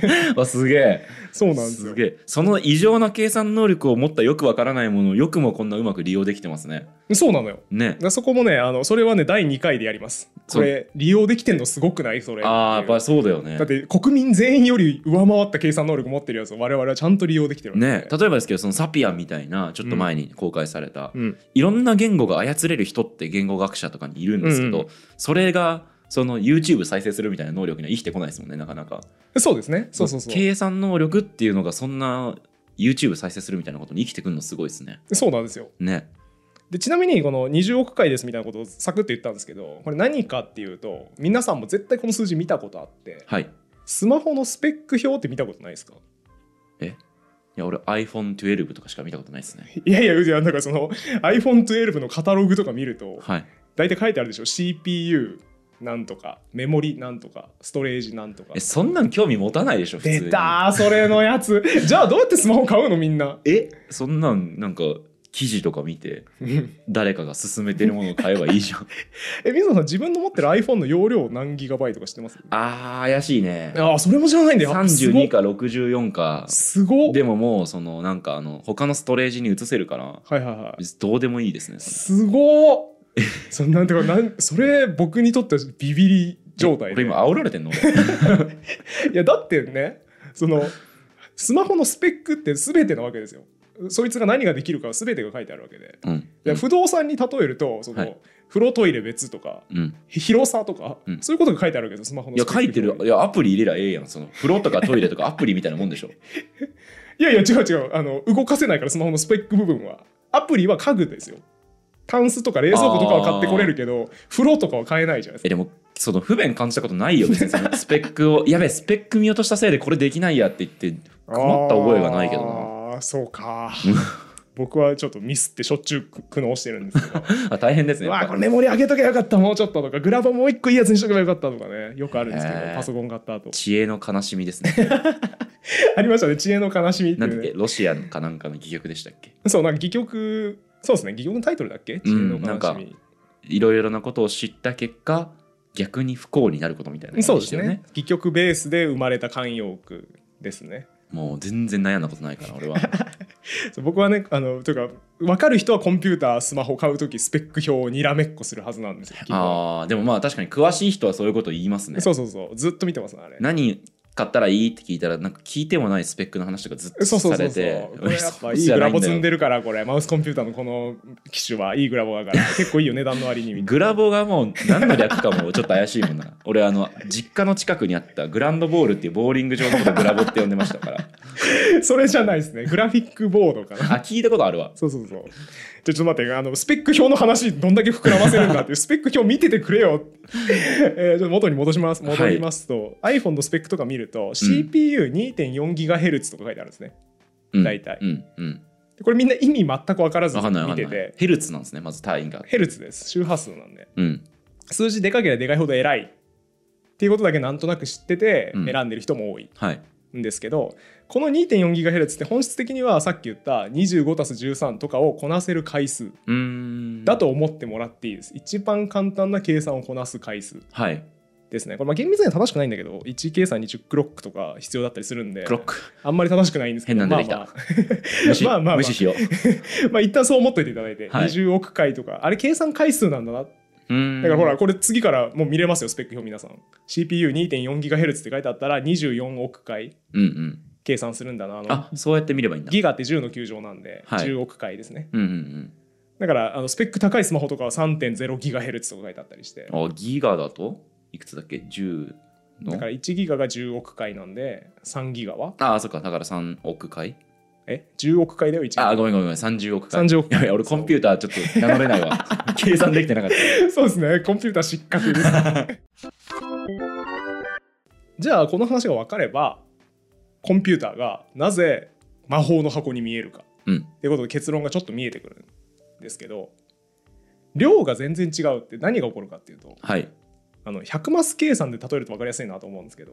Speaker 4: す。わ、すげえ。
Speaker 2: そうなんです
Speaker 4: す
Speaker 2: よ。
Speaker 4: げえ。その異常な計算能力を持ったよくわからないものをよくもこんなうまく利用できてますね。
Speaker 2: そうなのよ。
Speaker 4: ね。
Speaker 2: そこもね、あのそれはね、第2回でやります。これ、利用できてんのすごくないそれ。
Speaker 4: ああ、やっぱり
Speaker 2: って
Speaker 4: そうだよ
Speaker 2: い
Speaker 4: ね
Speaker 2: うだっ。て国民全員より上回った計算能力持ってるやつを我々はちゃんと利用できてるわけ
Speaker 4: ね、例えばですけどそのサピアみたいなちょっと前に公開された、
Speaker 2: うん、
Speaker 4: いろんな言語が操れる人って言語学者とかにいるんですけど、
Speaker 2: うんう
Speaker 4: それがその YouTube 再生するみたいな能力には生きてこないですもんねなかなか
Speaker 2: そうですね。そうそうそう。
Speaker 4: 計算能力っていうのがそんな YouTube 再生するみたいなことに生きてくるのすごいですね
Speaker 2: そうなんですよ。
Speaker 4: ね
Speaker 2: でちなみにこの20億回ですみたいなことをサクッと言ったんですけどこれ何かっていうと皆さんも絶対この数字見たことあって
Speaker 4: はいい
Speaker 2: スマホのスペック表って見たことないですか
Speaker 4: や俺 iPhone12 とかしか見たことないですね
Speaker 2: いやいや、うじゃなんかその iPhone12 のカタログとか見ると、
Speaker 4: はい
Speaker 2: 大体書いてあるでしょ、CPU なんとか、メモリなんとか、ストレージなんとか
Speaker 4: え。そんなん興味持たないでしょ普通に
Speaker 2: 出たー、それのやつ。じゃあ、どうやってスマホ買うの、みんな。
Speaker 4: えそんなんなんか記事とか見て誰かが勧めてるものを買えばいいじゃん
Speaker 2: え、水野さん、自分の持ってる iPhone の容量何ギガバイトか知ってます
Speaker 4: あー怪しいね
Speaker 2: ああ、それも知らないんだよ。
Speaker 4: 32か64か
Speaker 2: すごっ。すごっ
Speaker 4: でももうそのなんかあの他のストレージに移せるから
Speaker 2: はいはいはい。
Speaker 4: 別にどうでもいいですねそ
Speaker 2: すごっ。そんなんてかなんそれ僕にとってはビビり
Speaker 4: れ
Speaker 2: 状態で
Speaker 4: 俺今煽られて
Speaker 2: [LAUGHS]
Speaker 4: んの俺
Speaker 2: いやだってねそのスマホのスペックって全てなわけですよそいつが何ができるかは全てが書いてあるわけで
Speaker 4: うん
Speaker 2: いや不動産に例えるとその、
Speaker 4: はい
Speaker 2: 風呂トイレ別とか
Speaker 4: うん
Speaker 2: 広さとか、
Speaker 4: うん
Speaker 2: そういうことが書いてあるわけですスマホの
Speaker 4: いや
Speaker 2: スペ
Speaker 4: 書
Speaker 2: ッ
Speaker 4: い
Speaker 2: ク
Speaker 4: てるいやアプリ入れりゃええやんその風呂とかトイレとかアプリみたいなもんでしょ
Speaker 2: いやいや違う違うあの動かせないからスマホのスペック部分はアプリは家具ですよタンスとか冷蔵庫とかは買ってこれるけど風呂とかは買えないじゃないです
Speaker 4: えでもその不便感じたことないよ別にそ
Speaker 2: [LAUGHS]
Speaker 4: のスペックをやべえスペック見落としたせいでこれできないやって言って
Speaker 2: か
Speaker 4: 困った覚えがないけどな
Speaker 2: あーそう
Speaker 4: [LAUGHS]
Speaker 2: か僕はちょっとミスってしょっちゅう苦悩してるんですけど
Speaker 4: あ大変ですね
Speaker 2: う
Speaker 4: やっ
Speaker 2: わ
Speaker 4: ぱ
Speaker 2: あこれメモリ上げとけばよかったもうちょっととかグラボもう一個いいやつにしとけばよかったとかねよくあるんですけど
Speaker 4: へー
Speaker 2: パソコン買った後
Speaker 4: 知恵の悲しみですね
Speaker 2: [LAUGHS] ありましたね知恵の悲しみって
Speaker 4: ないんだ
Speaker 2: う、
Speaker 4: っけ
Speaker 2: ね、
Speaker 4: ロシアのかなんかの戯曲でしたっけ
Speaker 2: そうなんか戯曲そうですね戯曲のタイトルだっけ知恵の
Speaker 4: うんなん
Speaker 2: 悲
Speaker 4: か
Speaker 2: し
Speaker 4: いろいろなことを知った結果逆に不幸になることみたいな感
Speaker 2: み
Speaker 4: じ
Speaker 2: そうです
Speaker 4: よ
Speaker 2: ね戯曲ベースで生まれた慣用句ですね
Speaker 4: もう全然悩んだことないから俺
Speaker 2: [LAUGHS]
Speaker 4: は
Speaker 2: そう僕はねあのというか分かる人はコンピュータースマホ買う時スペック表をにらめっこするはずなんですよ基本
Speaker 4: あーでもまあ確かに詳しい人はそういうこと言いますね
Speaker 2: そうそうそうずっと見てますねあれ
Speaker 4: 何買ったらいいって聞いたらなんか聞いてもないスペックの話とかずっと
Speaker 2: そうそう
Speaker 4: さ
Speaker 2: そう
Speaker 4: れ
Speaker 2: そ
Speaker 4: て
Speaker 2: う。これやっぱいい
Speaker 4: じゃ
Speaker 2: グ
Speaker 4: な
Speaker 2: ラ
Speaker 4: いん
Speaker 2: ボ
Speaker 4: だ
Speaker 2: 積
Speaker 4: よ
Speaker 2: んでるから、これ、マウスコンピューターのこの機種はいいグラボだ [LAUGHS] から、結構いいよね、値段の割にみんな。
Speaker 4: グラボがもう何の略かもちょっと怪しいもん [LAUGHS] な俺あの実家の近くにあったグランドボールっていうボーリング場のことグラボって呼んでましたから
Speaker 2: それじゃないですね。グラフィックボードかな。
Speaker 4: あ聞いたことあるわ
Speaker 2: [LAUGHS] そうそうそう。じゃあちょっと待って、あの、スペック表の話、どんだけ膨らませるんだっていう、スペック表見てて [LAUGHS] くれよ。えーちょっと元に戻します。戻りますと、iPhone のスペックとか見ると、CPU2.4GHz とか書いてあるんですね。
Speaker 4: うん
Speaker 2: 大体
Speaker 4: うんうん
Speaker 2: これみんな意味全く分からず
Speaker 4: 分かんない
Speaker 2: 見
Speaker 4: 分か
Speaker 2: て
Speaker 4: んない
Speaker 2: て、
Speaker 4: ヘルツなんですねまず単位が
Speaker 2: ヘルツです。周波数なんで。
Speaker 4: うん
Speaker 2: 数字でかければでかいほど偉い。っていうことだけなんとなく知ってて
Speaker 4: うん
Speaker 2: 選んでる人も多い
Speaker 4: はい
Speaker 2: んですけど、この 2.4GHz って本質的にはさっき言った25たす13とかをこなせる回数
Speaker 4: うーん
Speaker 2: だと思ってもらっていいです。一番簡単な計算をこなす回数
Speaker 4: はい
Speaker 2: ですね。これ、まあ、厳密には正しくないんだけど、1計算20クロックとか必要だったりするんで、
Speaker 4: クロ [LAUGHS] ック
Speaker 2: あんまり正しくないんですけど、
Speaker 4: 変な
Speaker 2: ま
Speaker 4: の
Speaker 2: あ
Speaker 4: 出てきた
Speaker 2: まあ、
Speaker 4: 無視
Speaker 2: まあまあまあ
Speaker 4: 無視 [LAUGHS] しよ
Speaker 2: [LAUGHS] まあ一旦そう思っといていただいて、
Speaker 4: はい
Speaker 2: 20億回とか、あれ計算回数なんだな。だ
Speaker 4: ううーん
Speaker 2: からほら、これ次からもう見れますよ、スペック表皆さん。CPU2.4GHz って書いてあったら、24億回
Speaker 4: うんうん
Speaker 2: 計算するんだな。あの
Speaker 4: あそうやって見ればいいんだ
Speaker 2: ギガって10の9乗なんで、
Speaker 4: はい
Speaker 2: 10億回ですね。
Speaker 4: うんうん
Speaker 2: だから、あのスペック高いスマホとかは 3.0GHz とか書いてあったりして。
Speaker 4: うんあギガだといくつだっけ10
Speaker 2: だから
Speaker 4: の
Speaker 2: 1ギガが10億回なんで、3ギガは
Speaker 4: ああそっかだから3億回
Speaker 2: え ?10 億回だよ、1ギガ
Speaker 4: あ。ごめんごめんごめん30億回
Speaker 2: 30億
Speaker 4: いやいや俺コンピューターちょっと名乗れない [LAUGHS] わ計算できてなかった
Speaker 2: [LAUGHS] そうですね、コンピューター失格です。
Speaker 4: [LAUGHS]
Speaker 2: じゃあ、この話が分かれば、コンピューターがなぜ魔法の箱に見えるか
Speaker 4: うん
Speaker 2: ってことで結論がちょっと見えてくるんですけど、量が全然違うって何が起こるかっていうと、
Speaker 4: はい
Speaker 2: あの100マス計算で例えると分かりやすいなと思うんですけど、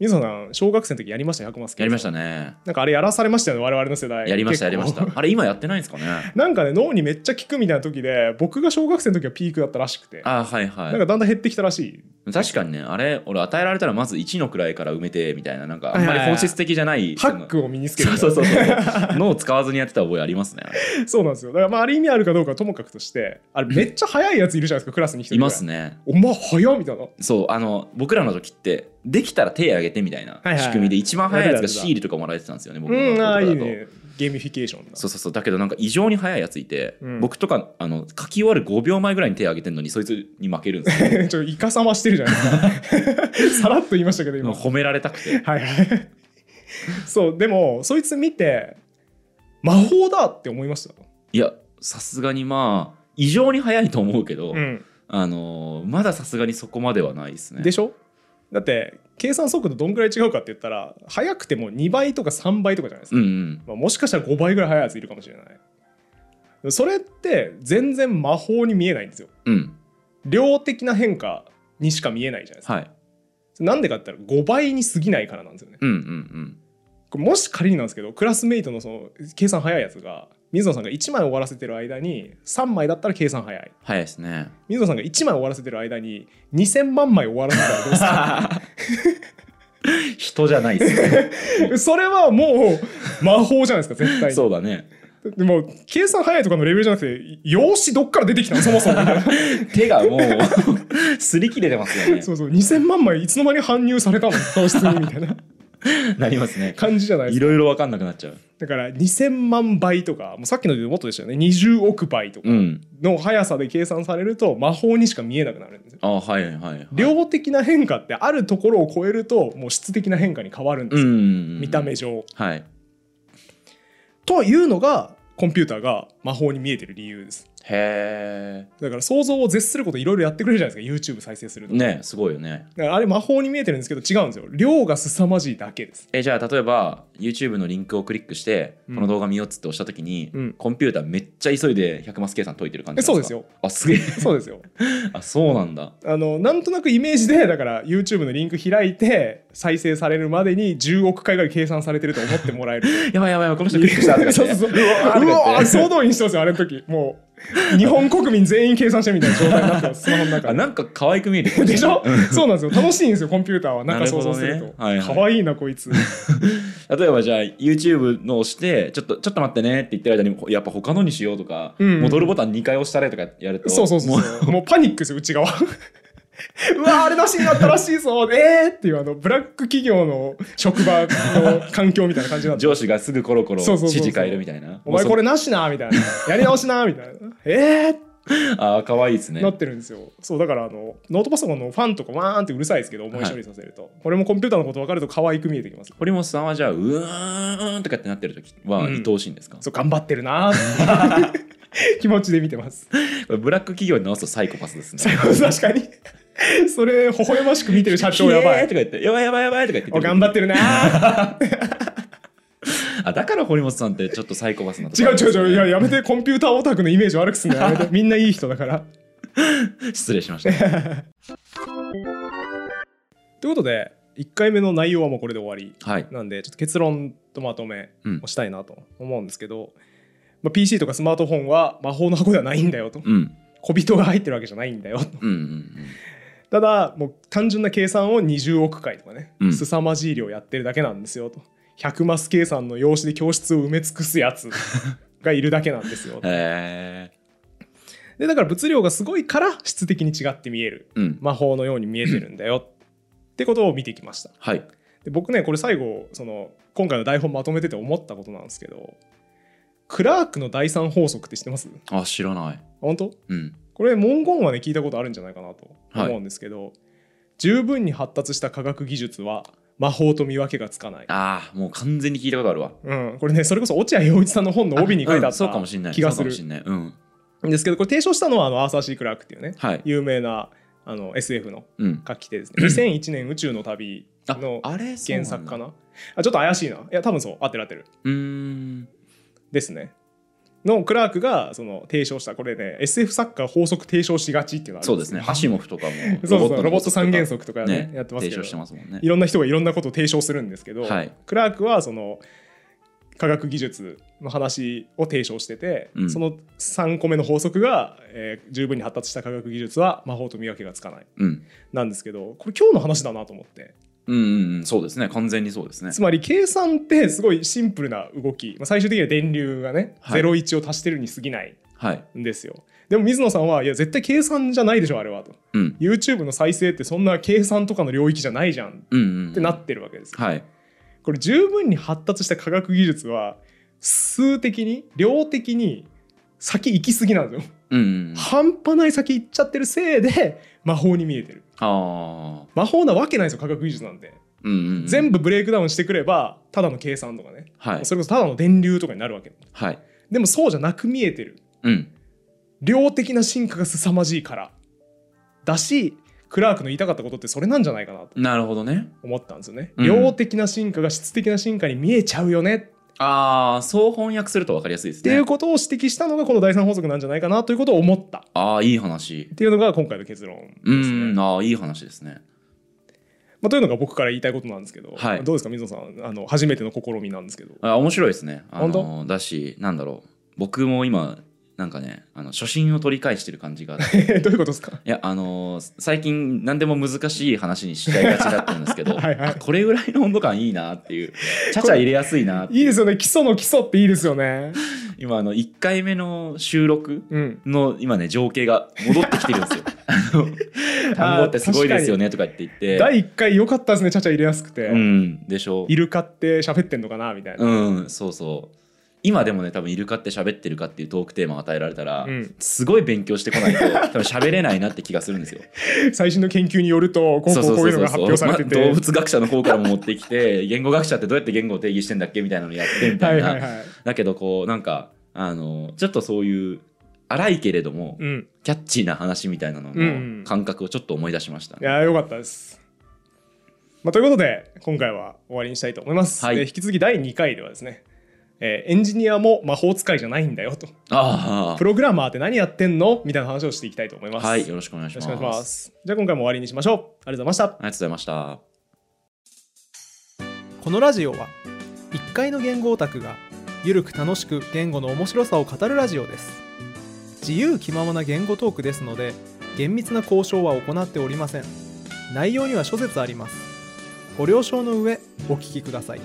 Speaker 2: 水野さん、小学生の時やりました、100マス計算。
Speaker 4: やりましたね
Speaker 2: なんかあれやらされましたよね、我々の世代。
Speaker 4: やりましたやり
Speaker 2: 結構
Speaker 4: ました。あれ今やってないんですかね
Speaker 2: [LAUGHS] なんかね、脳にめっちゃ効くみたいな時で、僕が小学生の時はピークだったらしくて、
Speaker 4: あはいは
Speaker 2: なんか
Speaker 4: い
Speaker 2: だんだん減ってきたらしい。
Speaker 4: 確かにねあれ俺与えられたらまず1の位から埋めてみたいななんかあんまり
Speaker 2: はいはいはい
Speaker 4: 本質的じゃない
Speaker 2: ハックを身につけ
Speaker 4: そ
Speaker 2: るみ
Speaker 4: の
Speaker 2: た
Speaker 4: そ
Speaker 2: いうな。
Speaker 4: そうそうそう脳を使わずにやってた覚えありますね
Speaker 2: そうなんですよ。だからまああれ意味あるかどうかはともかくとして、あれめっちゃ早いやついるじゃないですか、クラスに一人
Speaker 4: います
Speaker 2: ね。
Speaker 4: ね
Speaker 2: お前早っみたいな。
Speaker 4: そうあの僕らの時ってできたら手挙げてみたいない
Speaker 2: はいはい
Speaker 4: 仕組みで一番早いやつ
Speaker 2: や
Speaker 4: が
Speaker 2: ってたやってた
Speaker 4: シールとかもらえてたんですよね僕の
Speaker 2: うん、ああ、
Speaker 4: 学
Speaker 2: い
Speaker 4: 校
Speaker 2: い
Speaker 4: とかだと
Speaker 2: ね。ゲーミフィケーションだ。
Speaker 4: そうそうそうだけどなんか異常に早いやついて、
Speaker 2: うん
Speaker 4: 僕とかあの書き終わる5秒前ぐらいに手挙げてんのにそいつに負けるんですよ
Speaker 2: [LAUGHS] ちょっとイカサマしてるじゃない
Speaker 4: [LAUGHS]
Speaker 2: ですか。さらっと言いましたけど、今。
Speaker 4: 褒められたくて
Speaker 2: はいはい。そう、でも、そいつ見て、魔法だって思いました。
Speaker 4: いやさすがにまあ異常に早いと思うけど、
Speaker 2: うん。
Speaker 4: あのーまださすがにそこまではないですね。
Speaker 2: でしょだって、計算速度どんくらい違うかって言ったら、早くても2倍とか3倍とかじゃないですか
Speaker 4: うんうん。
Speaker 2: まあ、もしかしたら5倍ぐらい速いやついるかもしれないそれって全然魔法に見えないんですよ
Speaker 4: うん。
Speaker 2: 量的な変化にしか見えないじゃないですか、
Speaker 4: はい。
Speaker 2: なんでかって言ったら5倍に過ぎないからなんですよね
Speaker 4: うんうん
Speaker 2: これもし仮になんですけどクラスメイトのその計算早いやつが水野さんが1枚終わらせてる間に3枚だったら計算早い
Speaker 4: 早いですね。
Speaker 2: [LAUGHS] 水野さんが1枚終わらせてる間に2000万枚終わらせたらどうですか
Speaker 4: 人じゃないですね。 [LAUGHS]
Speaker 2: それはもう魔法じゃないですか絶対に
Speaker 4: そうだね。
Speaker 2: でも計算早いとかのレベルじゃなくて用紙どっから出てきたのそもそもみたいな
Speaker 4: 手がもう擦り切れてますよね
Speaker 2: そ。うそう2000万枚いつの間に搬入されたの教室にみたい
Speaker 4: [LAUGHS]
Speaker 2: な
Speaker 4: なりますね。
Speaker 2: 感じじゃないで
Speaker 4: い
Speaker 2: すか
Speaker 4: ろいろわかんなくなっちゃう。
Speaker 2: だから2000万倍とかもうさっきのでもっとでしたよね20億倍とか
Speaker 4: うん。
Speaker 2: の速さで計算されると魔法にしか見えなくなるんですよ
Speaker 4: あはいはいはい。
Speaker 2: 量的な変化ってあるところを超えるともう質的な変化に変わるんで
Speaker 4: う
Speaker 2: す
Speaker 4: んう
Speaker 2: よ、
Speaker 4: んうん。
Speaker 2: 見た目。上
Speaker 4: はい。
Speaker 2: というのがコンピューターが魔法に見えてる理由です
Speaker 4: へ
Speaker 2: だから想像を絶することいろいろやってくれるじゃないですか YouTube 再生する
Speaker 4: え。
Speaker 2: と、
Speaker 4: ねすごいよね。
Speaker 2: だからあれ魔法に見えてるんですけど違うんですよ量が凄まじいだけです
Speaker 4: えじゃあ例えば YouTube のリンクをクリックして、
Speaker 2: うん
Speaker 4: この動画見ようっつって押した時に、
Speaker 2: うん
Speaker 4: コンピューターめっちゃ急いで100マス計算解いてる感じ
Speaker 2: え
Speaker 4: なん
Speaker 2: そう
Speaker 4: で
Speaker 2: ですす
Speaker 4: か
Speaker 2: よ
Speaker 4: あすげえ
Speaker 2: そうですよ
Speaker 4: あそうなん
Speaker 2: [LAUGHS]
Speaker 4: だ
Speaker 2: あのなんとなくイメージで [LAUGHS] だから YouTube のリンク開いて再生されるまでに10億回ぐらい計算されてると思ってもらえる
Speaker 4: やばいやばいやばいこの人クリックした [LAUGHS] とか
Speaker 2: [LAUGHS] そうそうそううわーうわー総動員してますよあれの時もう日本国民全員計算してみたいな状態になってますスマホの中
Speaker 4: あ
Speaker 2: で
Speaker 4: なんか可愛く見えてくる
Speaker 2: [LAUGHS] でしょそうなんですよ楽しいんですよコンピューターはなんか想像する
Speaker 4: なる
Speaker 2: と
Speaker 4: ほどねはいはい
Speaker 2: 可愛いなこいつ
Speaker 4: 例えばじゃあ YouTube の押してちょっとちょっと待ってねって言ってる間にほやっぱ他のにしようとか、
Speaker 2: うんうん
Speaker 4: 戻るボタン2回押したれとかやると
Speaker 2: そうそうそう
Speaker 4: も
Speaker 2: [LAUGHS] そうもうパニックですよ内側うわあれなしになったらしいぞえーっていうあのブラック企業の職場の環境みたいな感じになって
Speaker 4: 上司がすぐコロコロ
Speaker 2: そう
Speaker 4: 指
Speaker 2: そうそうそう
Speaker 4: 示変えるみたいな。
Speaker 2: お前これなしなみたいなやり直しなみたいなえーっ
Speaker 4: ああ、かわいいです
Speaker 2: て
Speaker 4: ね
Speaker 2: な。ってるんですよそうだからあのノートパソコンのファンとかわーんってうるさいですけど思い処理させると、これもコンピューターのこと分かると可愛く見えてきます
Speaker 4: 堀本さんはじゃあ、うーんとかってなってる時は、
Speaker 2: うん
Speaker 4: 愛おしいんですか、
Speaker 2: そう頑張ってるなーって気持ちで見てます
Speaker 4: これブラック企業に直すとサイコパスですね。
Speaker 2: 最後確かにそれ微笑ましく見てる社長やば
Speaker 4: ひえーと
Speaker 2: い
Speaker 4: か言って、やばいやばいやばいとか言って
Speaker 2: お頑張ってるなー
Speaker 4: あ、だから堀本さんってちょっとサイコパスなとこ
Speaker 2: 違う違う違ういや
Speaker 4: う。
Speaker 2: やめてコンピューターオタクのイメージ悪くすんのやめてみんないい人だから
Speaker 4: 失礼しました。
Speaker 2: ということで1回目の内容はもうこれで終わり
Speaker 4: はい。
Speaker 2: なんでちょっと結論とまとめ
Speaker 4: うん
Speaker 2: をしたいなと思うんですけど、まあ、PC とかスマートフォンは魔法の箱ではないんだよと
Speaker 4: うん。
Speaker 2: 小人が入ってるわけじゃないんだよと
Speaker 4: うんうんうん。
Speaker 2: ただもう単純な計算を20億回とかね、
Speaker 4: うん
Speaker 2: 凄まじい量やってるだけなんですよと100マス計算の用紙で教室を埋め尽く
Speaker 4: [LAUGHS]
Speaker 2: すやつがいるだけなんですよと
Speaker 4: へえ。
Speaker 2: でだから物量がすごいから質的に違って見える
Speaker 4: うん。
Speaker 2: 魔法のように見えてるんだよってことを見てきました
Speaker 4: はい。
Speaker 2: で僕ねこれ最後その今回の台本まとめてて思ったことなんですけどクラークの第三法則って知ってます
Speaker 4: あ、知らない。
Speaker 2: 本当
Speaker 4: うん。
Speaker 2: これ文言はね聞いたことあるんじゃないかなと思うんですけど、十分に発達した科学技術は魔法と見分けがつかない、
Speaker 4: ああ、もう完全に聞いたことあるわ。
Speaker 2: うん、これねそれこそ落合陽一さんの本の帯に書いてあ
Speaker 4: うん
Speaker 2: っ
Speaker 4: そうかもしんな
Speaker 2: た
Speaker 4: い。
Speaker 2: 気が
Speaker 4: そ
Speaker 2: す
Speaker 4: うかも
Speaker 2: る
Speaker 4: しんない。うん。
Speaker 2: んですけどこれ提唱したのはあのアーサー・シー・クラークっていうね
Speaker 4: はい。
Speaker 2: 有名なあの SF の
Speaker 4: うん。
Speaker 2: 書き手
Speaker 4: [CLEARS THROAT]
Speaker 2: ですね2001年宇宙の旅
Speaker 4: あ
Speaker 2: の、
Speaker 4: あれ
Speaker 2: 原作か
Speaker 4: な。
Speaker 2: なあちょっと怪しいないや多分そう合ってる合ってる
Speaker 4: うーん。
Speaker 2: ですねのクラークがその提唱したこれね SF 作家法則提唱しがちっていうのは。
Speaker 4: そうですね。ハシモフとかも
Speaker 2: [LAUGHS] そうそう
Speaker 4: の
Speaker 2: ロボット三原
Speaker 4: 法
Speaker 2: 則と
Speaker 4: 則とか
Speaker 2: かね
Speaker 4: ね。
Speaker 2: やってますけ
Speaker 4: 提
Speaker 2: ど
Speaker 4: 唱してますもんね
Speaker 2: い。ろんな人がいろんなことを提唱するんですけど、
Speaker 4: はい
Speaker 2: クラークはその科学技術の話を提唱してて、
Speaker 4: うん
Speaker 2: その3個目の法則が、えー十分に発達した科学技術は魔法と見分けがつかない
Speaker 4: うん。
Speaker 2: なんですけどこれ今日の話だなと思って
Speaker 4: うんうんうん。そうですね。完全にそうですね
Speaker 2: つ。まり計算ってすごいシンプルな動き、まあ、最終的には電流がね、
Speaker 4: はい
Speaker 2: 01を足してるに過ぎない
Speaker 4: はい。
Speaker 2: んですよでも水野さんはいや絶対計算じゃないでしょあれはと
Speaker 4: うん。
Speaker 2: YouTube の再生ってそんな計算とかの領域じゃないじゃん
Speaker 4: うんうんうん。
Speaker 2: ってなってるわけですよ
Speaker 4: はい。
Speaker 2: これ十分に発達した科学技術は数的に量的に先行き過ぎなんですよ、
Speaker 4: うんうんうん。
Speaker 2: 半端ない先行っちゃってるせいで魔法に見えてる
Speaker 4: ああ。
Speaker 2: 魔法なわけないですよ科学技術なんて、
Speaker 4: うんうんうん。
Speaker 2: 全
Speaker 4: 部。
Speaker 2: 部ブレイクダウンしてくればただの計算とかね、
Speaker 4: はい。
Speaker 2: それこそただの電流とかになるわけ
Speaker 4: はい。
Speaker 2: でもそうじゃなく見えてる
Speaker 4: うん。
Speaker 2: 量的な進化が凄まじいからだしクラークの言いたかったことってそれなんじゃないかなと
Speaker 4: なるほどね。
Speaker 2: 思ったんですよね、
Speaker 4: うん
Speaker 2: 量的な進化が質的な進化に見えちゃうよね
Speaker 4: ああ、そう翻訳すると分かりやすいで
Speaker 2: っ
Speaker 4: す
Speaker 2: てい
Speaker 4: ね
Speaker 2: う。ことを指摘したのがこの第三法則なんじゃないかなということを思ったっ
Speaker 4: ああ、いい話。
Speaker 2: ていうのが今回の結論です
Speaker 4: う
Speaker 2: ね。
Speaker 4: ん。
Speaker 2: ま
Speaker 4: ああ、いい話ですね。
Speaker 2: あ、というのが僕から言いたいことなんですけど、
Speaker 4: はい
Speaker 2: どうですか水野さんあの初めての試みなんですけど。 [LAUGHS]
Speaker 4: あ面白いですね。あ
Speaker 2: 本
Speaker 4: のだし、なんだろう。僕も今、なんかね、あの初心を取り返してる感じが。い
Speaker 2: [LAUGHS] どういうことですか
Speaker 4: や、あの最近、何でも難しい話にしちゃいがちだったんですけど、
Speaker 2: [LAUGHS] はいはい
Speaker 4: あこれぐらいの温度感いいなっていう、ちゃちゃ入れやすいなって
Speaker 2: いいですよね基礎の基礎っていいですよね。
Speaker 4: 今、あの、1回目の収録
Speaker 2: うん、
Speaker 4: の今ね、情景が戻ってきてるんです
Speaker 2: [LAUGHS]
Speaker 4: よ。 [LAUGHS] あの単語ってすごいですよねとかって言って。
Speaker 2: 第1回良かったですねちゃちゃ入れやすくて、
Speaker 4: うん、でしょ
Speaker 2: イルカって喋ってんのかなみたいな。
Speaker 4: うん、そうそう。今でもね、多分イルカって喋ってるかっていうトークテーマを与えられたら、
Speaker 2: うん
Speaker 4: すごい勉強してこないと、多分喋れないなって気がするんで
Speaker 2: [LAUGHS]
Speaker 4: すよ。
Speaker 2: 最新の研究によるとこうこ
Speaker 4: そう
Speaker 2: うこういうのが発表されて
Speaker 4: [LAUGHS] ま動
Speaker 2: て。
Speaker 4: 物学者の方からも持ってきて、言語学者ってどうやって言語を定義してんだっけみたいなのやってみ
Speaker 2: は
Speaker 4: たい
Speaker 2: い
Speaker 4: な。
Speaker 2: はいはい。
Speaker 4: だけど、こう、なんか、あの、ちょっとそういう、荒いけれども、
Speaker 2: うん、
Speaker 4: キャッチーな話みたいなの
Speaker 2: うんうん
Speaker 4: の感覚をちょっと思い出しました、
Speaker 2: いやーよかったです。まあ、ということで今回は終わりにしたいと思います。
Speaker 4: はい
Speaker 2: で引き続き第2回ではですね、えーエンジニアも魔法使いじゃないんだよと
Speaker 4: あ
Speaker 2: プログラマーって何やってんのみたいな話をしていきたいと思い
Speaker 4: あ、
Speaker 2: ます。
Speaker 4: はい、
Speaker 2: よ
Speaker 4: よろしくお願いし
Speaker 2: ろ
Speaker 4: ま
Speaker 2: し
Speaker 4: す。
Speaker 2: くお願いします。じゃあ今回も終わりにしましょう。ありがとうございました。
Speaker 4: ありがとうございました。
Speaker 2: このラジオは1階の言語オタクがゆるく楽しく言語の面白さを語るラジオです自由気ままな言語トークですので厳密な交渉は行っておりません内容には諸説ありますご了承の上お聞きください